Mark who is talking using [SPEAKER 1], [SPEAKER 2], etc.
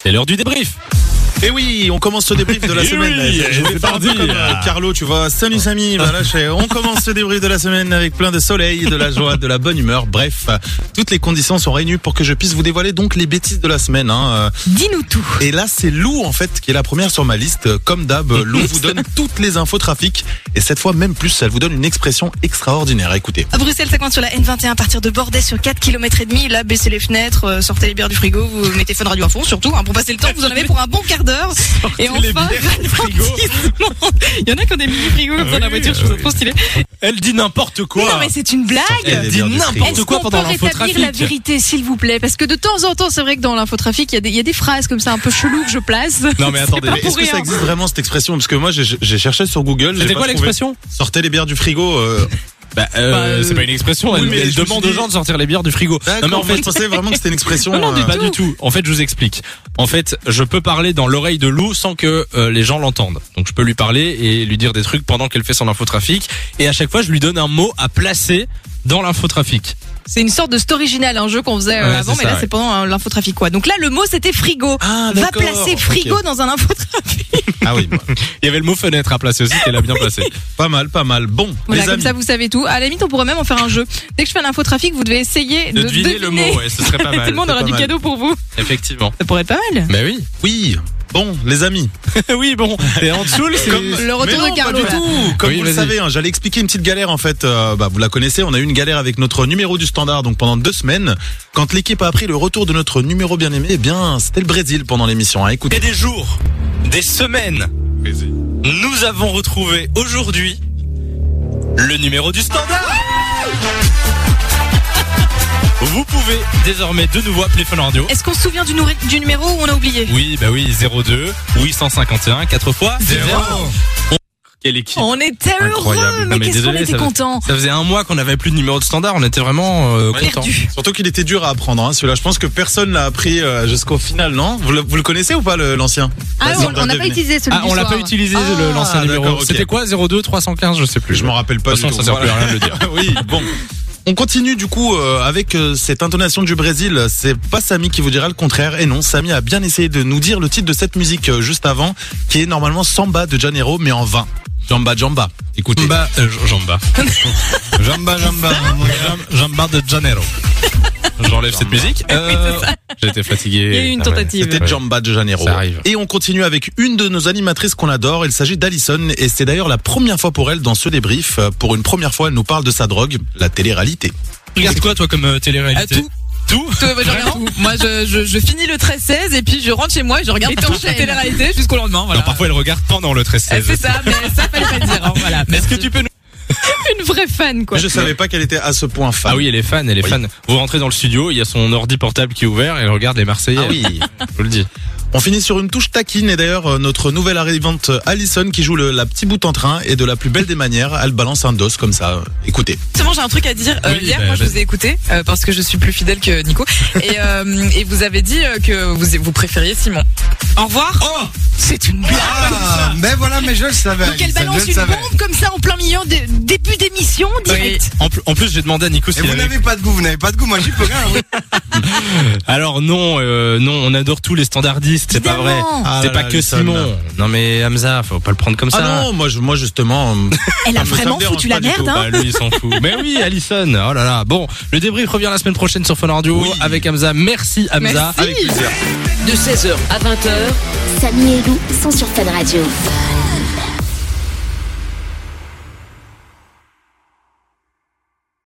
[SPEAKER 1] C'est l'heure du débrief.
[SPEAKER 2] Et Eh oui, on commence ce débrief de la
[SPEAKER 1] Eh
[SPEAKER 2] semaine.
[SPEAKER 1] oui,
[SPEAKER 2] je
[SPEAKER 1] c'est
[SPEAKER 2] vais pas un
[SPEAKER 1] parti.
[SPEAKER 2] peu comme euh, Carlo, tu vois. Salut Samy, voilà, je- on commence ce débrief de la semaine avec plein de soleil, de la joie, de la bonne humeur. Bref, euh, toutes les conditions sont réunies pour que je puisse vous dévoiler donc les bêtises de la semaine. hein.
[SPEAKER 3] Dis-nous tout.
[SPEAKER 2] Euh, Et là, c'est Lou en fait qui est la première sur ma liste. Comme d'hab, Lou vous donne toutes les infos trafic et cette fois même plus, elle vous donne une expression extraordinaire. Écoutez.
[SPEAKER 3] À Bruxelles, ça coince sur la N21 à partir de Bordeaux sur 4 km et demi. Là, baissez les fenêtres, euh, sortez les bières du frigo, vous mettez Fun Radio à fond surtout hein, pour passer le temps, vous en avez pour un bon quart d'heure. Et enfin,
[SPEAKER 1] les bières du frigo.
[SPEAKER 3] ralentissement. Il y en a qui ont des mini frigos comme ça dans la voiture, je trouve ça trop stylé.
[SPEAKER 1] Elle dit n'importe quoi.
[SPEAKER 4] Mais non, mais c'est une blague
[SPEAKER 2] Et les bières du frigo.
[SPEAKER 1] n'importe
[SPEAKER 4] Est-ce
[SPEAKER 1] quoi
[SPEAKER 4] qu'on peut
[SPEAKER 1] pendant
[SPEAKER 4] rétablir la
[SPEAKER 1] l'infotrafic.
[SPEAKER 4] vérité, s'il vous plaît Parce que de temps en temps, c'est vrai que dans l'infotrafic, il y, a des- il y a des phrases comme ça un peu cheloues que je place.
[SPEAKER 1] Non mais attendez.
[SPEAKER 4] pas
[SPEAKER 2] Mais Est-ce
[SPEAKER 4] pour
[SPEAKER 2] que ça
[SPEAKER 4] rien.
[SPEAKER 2] existe vraiment cette expression Parce que moi, j'ai- j'ai cherché sur Google. j'ai
[SPEAKER 1] C'était
[SPEAKER 2] pas
[SPEAKER 1] quoi
[SPEAKER 2] trouvé.
[SPEAKER 1] l'expression
[SPEAKER 2] Sortez les bières du frigo. euh,
[SPEAKER 1] Bah, euh,
[SPEAKER 4] Bah, euh,
[SPEAKER 1] c'est pas une expression.
[SPEAKER 2] oui,
[SPEAKER 1] elle
[SPEAKER 2] mais
[SPEAKER 1] elle
[SPEAKER 2] je me
[SPEAKER 1] demande
[SPEAKER 2] suis
[SPEAKER 1] aux
[SPEAKER 2] dit-
[SPEAKER 1] gens de sortir les bières du frigo. Non mais en
[SPEAKER 2] D'accord, moi,
[SPEAKER 1] fait,
[SPEAKER 2] je pensais vraiment que c'était une expression.
[SPEAKER 4] Non, non, du
[SPEAKER 2] euh,
[SPEAKER 1] pas du tout. En fait, je vous explique. En fait, je peux parler dans l'oreille de Lou sans que euh, les gens l'entendent. Donc, je peux lui parler et lui dire des trucs pendant qu'elle fait son infotrafic. Et à chaque fois, je lui donne un mot à placer dans l'infotrafic.
[SPEAKER 4] C'est une sorte de story original, un jeu qu'on faisait euh,
[SPEAKER 1] Ouais,
[SPEAKER 4] avant,
[SPEAKER 1] c'est
[SPEAKER 4] mais
[SPEAKER 1] ça,
[SPEAKER 4] là
[SPEAKER 1] ouais.
[SPEAKER 4] c'est pendant euh, l'infotrafic quoi. Donc là, le mot c'était frigo.
[SPEAKER 2] Ah,
[SPEAKER 4] Va
[SPEAKER 2] d'accord,
[SPEAKER 4] placer
[SPEAKER 2] ok.
[SPEAKER 4] frigo dans un infotrafic.
[SPEAKER 2] Ah oui, bah,
[SPEAKER 1] Il y avait le mot fenêtre à placer aussi. Elle a bien placé.
[SPEAKER 2] pas mal, pas mal. Bon,
[SPEAKER 4] Voilà,
[SPEAKER 2] les
[SPEAKER 4] comme
[SPEAKER 2] amis.
[SPEAKER 4] ça vous savez tout. À la limite, on pourrait même en faire un jeu. Dès que je fais un infotrafic, vous devez essayer
[SPEAKER 1] De
[SPEAKER 4] de
[SPEAKER 1] deviner, le mot, ouais, ce serait pas mal.
[SPEAKER 4] Tout le monde
[SPEAKER 2] c'est
[SPEAKER 4] aura
[SPEAKER 2] pas
[SPEAKER 4] du
[SPEAKER 2] mal.
[SPEAKER 4] cadeau pour vous.
[SPEAKER 1] Effectivement.
[SPEAKER 4] Ça pourrait être pas mal.
[SPEAKER 1] Mais oui.
[SPEAKER 2] Oui. Bon, les amis.
[SPEAKER 1] Euh, oui, bon. Et en dessous, c'est-
[SPEAKER 2] Comme-
[SPEAKER 4] Le
[SPEAKER 2] Mais
[SPEAKER 4] retour
[SPEAKER 2] non,
[SPEAKER 4] de Carlo.
[SPEAKER 2] Pas du
[SPEAKER 4] là.
[SPEAKER 2] tout. Comme
[SPEAKER 1] Oui,
[SPEAKER 2] vous le
[SPEAKER 1] vas-y.
[SPEAKER 2] savez, hein, j'allais expliquer une petite galère en fait. euh, bah, vous la connaissez. On a eu une galère avec notre numéro du standard. Donc pendant deux semaines, quand l'équipe a appris le retour de notre numéro bien aimé, eh bien, c'était le Brésil pendant l'émission. Hein,
[SPEAKER 1] Il y
[SPEAKER 2] écoutez.
[SPEAKER 1] a des jours, des semaines, nous avons retrouvé aujourd'hui le numéro du standard. Vous pouvez désormais de nouveau appeler Fun Radio.
[SPEAKER 4] Est-ce qu'on se souvient du, nourri- du numéro ou on a oublié
[SPEAKER 1] Oui, bah oui, 02 851, 4 fois 0. Quelle équipe
[SPEAKER 4] On était
[SPEAKER 1] Incroyable.
[SPEAKER 4] heureux,
[SPEAKER 1] Non,
[SPEAKER 4] mais,
[SPEAKER 1] mais
[SPEAKER 4] qu'est-ce qu'on
[SPEAKER 1] désolé,
[SPEAKER 4] était
[SPEAKER 1] ça-
[SPEAKER 4] contents.
[SPEAKER 1] Ça faisait un mois qu'on n'avait plus de numéro de standard, on était vraiment euh,
[SPEAKER 2] Ouais.
[SPEAKER 1] contents.
[SPEAKER 4] Perdu.
[SPEAKER 2] Surtout qu'il était dur à apprendre. Hein, Celui-là, je pense que personne l'a appris euh, jusqu'au final, non vous le, vous le connaissez ou pas le- l'ancien
[SPEAKER 3] Ah,
[SPEAKER 2] Vas-y,
[SPEAKER 3] on-
[SPEAKER 2] on doit
[SPEAKER 3] on n'a pas
[SPEAKER 2] deviner.
[SPEAKER 3] utilisé celui
[SPEAKER 1] Ah,
[SPEAKER 3] du
[SPEAKER 1] on l'a
[SPEAKER 3] soir.
[SPEAKER 1] pas utilisé le- l'ancien
[SPEAKER 2] Ah,
[SPEAKER 1] numéro.
[SPEAKER 2] d'accord, ok.
[SPEAKER 1] C'était quoi 02 315, je sais plus.
[SPEAKER 2] Je m'en rappelle pas.
[SPEAKER 1] De
[SPEAKER 2] du
[SPEAKER 1] toute façon,
[SPEAKER 2] tout.
[SPEAKER 1] ça sert plus à
[SPEAKER 2] Voilà.
[SPEAKER 1] rien de le dire.
[SPEAKER 2] oui, bon. On continue du coup euh, avec euh, cette intonation du Brésil. C'est pas Samy qui vous dira le contraire. Et non, Samy a bien essayé de nous dire le titre de cette musique euh, juste avant, qui est normalement Samba de Janeiro, mais en vain. Jamba, Jamba. Écoutez.
[SPEAKER 1] Jamba, euh, Jamba. Jamba, Jamba, Jam- Jamba de Janeiro. J'enlève cette musique. Euh, J'étais fatigué. Ah
[SPEAKER 4] Il y a eu une tentative.
[SPEAKER 2] C'était Jamba de Janeiro.
[SPEAKER 1] Ça arrive.
[SPEAKER 2] Et on continue avec une de nos animatrices qu'on adore. Il s'agit d'Alison. Et c'est d'ailleurs la première fois pour elle dans ce débrief. Euh, Pour une première fois, elle nous parle de sa drogue, la télé-réalité.
[SPEAKER 1] Regarde quoi, toi, comme euh, télé-réalité
[SPEAKER 4] À Ah, tout.
[SPEAKER 1] Tout
[SPEAKER 4] Tout, euh, moi, je regarde tout. Moi, je, je, je finis le 13-16 et puis je rentre chez moi et je regarde toute la télé-réalité jusqu'au lendemain. Voilà.
[SPEAKER 1] Non, parfois, elle regarde pendant le
[SPEAKER 4] Eh, c'est
[SPEAKER 1] 13-16.
[SPEAKER 4] ça, mais ça fallait pas le dire. hein, voilà.
[SPEAKER 1] Est-ce que tu peux nous...
[SPEAKER 4] une vraie fan quoi
[SPEAKER 2] Je savais pas qu'elle était à ce point fan.
[SPEAKER 1] Ah oui, elle est fan, elle est
[SPEAKER 2] Oui.
[SPEAKER 1] fan. Vous rentrez dans le studio, il y a son ordi portable qui est ouvert, elle regarde les Marseillais.
[SPEAKER 2] Ah oui.
[SPEAKER 1] Je vous le dis.
[SPEAKER 2] On finit sur une touche taquine et d'ailleurs euh, notre nouvelle arrivante Allison qui joue le, la petit bout en train et de la plus belle des manières, elle balance un dos comme ça. Écoutez,
[SPEAKER 5] Justement, j'ai un truc à dire. Euh,
[SPEAKER 1] Oui,
[SPEAKER 5] hier,
[SPEAKER 1] bah,
[SPEAKER 5] moi, je
[SPEAKER 1] vas-y.
[SPEAKER 5] vous ai écouté euh, parce que je suis plus fidèle que Nico. Et, euh, et vous avez dit euh, que vous, vous préfériez Simon. Au revoir.
[SPEAKER 1] Oh,
[SPEAKER 5] C'est une blague.
[SPEAKER 6] Ah, mais voilà, mais je le savais.
[SPEAKER 4] donc elle
[SPEAKER 6] Alison,
[SPEAKER 4] balance
[SPEAKER 6] je le
[SPEAKER 4] une
[SPEAKER 6] savais.
[SPEAKER 4] bombe comme ça en plein milieu de début d'émission direct
[SPEAKER 1] En, pl- en plus, j'ai demandé à Nico
[SPEAKER 6] Et
[SPEAKER 1] s'il
[SPEAKER 6] vous
[SPEAKER 1] avait...
[SPEAKER 6] n'avez pas de goût, vous n'avez pas de goût, moi j'y peux rien. oui.
[SPEAKER 1] Alors non, euh, non, on adore tous les standardistes, c'est pas vrai.
[SPEAKER 4] Évidemment.
[SPEAKER 2] Ah
[SPEAKER 1] c'est
[SPEAKER 2] là
[SPEAKER 1] pas
[SPEAKER 2] là,
[SPEAKER 1] que
[SPEAKER 2] Alison.
[SPEAKER 1] Simon. Non mais Hamza, faut pas le prendre comme ça.
[SPEAKER 2] ah non, moi, je- moi justement, euh,
[SPEAKER 1] Ah,
[SPEAKER 4] elle a
[SPEAKER 2] ça me
[SPEAKER 4] vraiment
[SPEAKER 2] dérange
[SPEAKER 4] foutu
[SPEAKER 2] pas
[SPEAKER 4] la
[SPEAKER 2] du
[SPEAKER 4] merde
[SPEAKER 2] tout.
[SPEAKER 4] hein.
[SPEAKER 1] Bah, lui, il s'en fout. Mais oui, Alison. Oh là là. Bon, le débrief revient la semaine prochaine sur Fun Radio
[SPEAKER 2] Oui.
[SPEAKER 1] avec Hamza. Merci,
[SPEAKER 4] Ah,
[SPEAKER 1] Hamza.
[SPEAKER 2] avec plaisir.
[SPEAKER 7] Samy et Lou sont sur Fan Radio.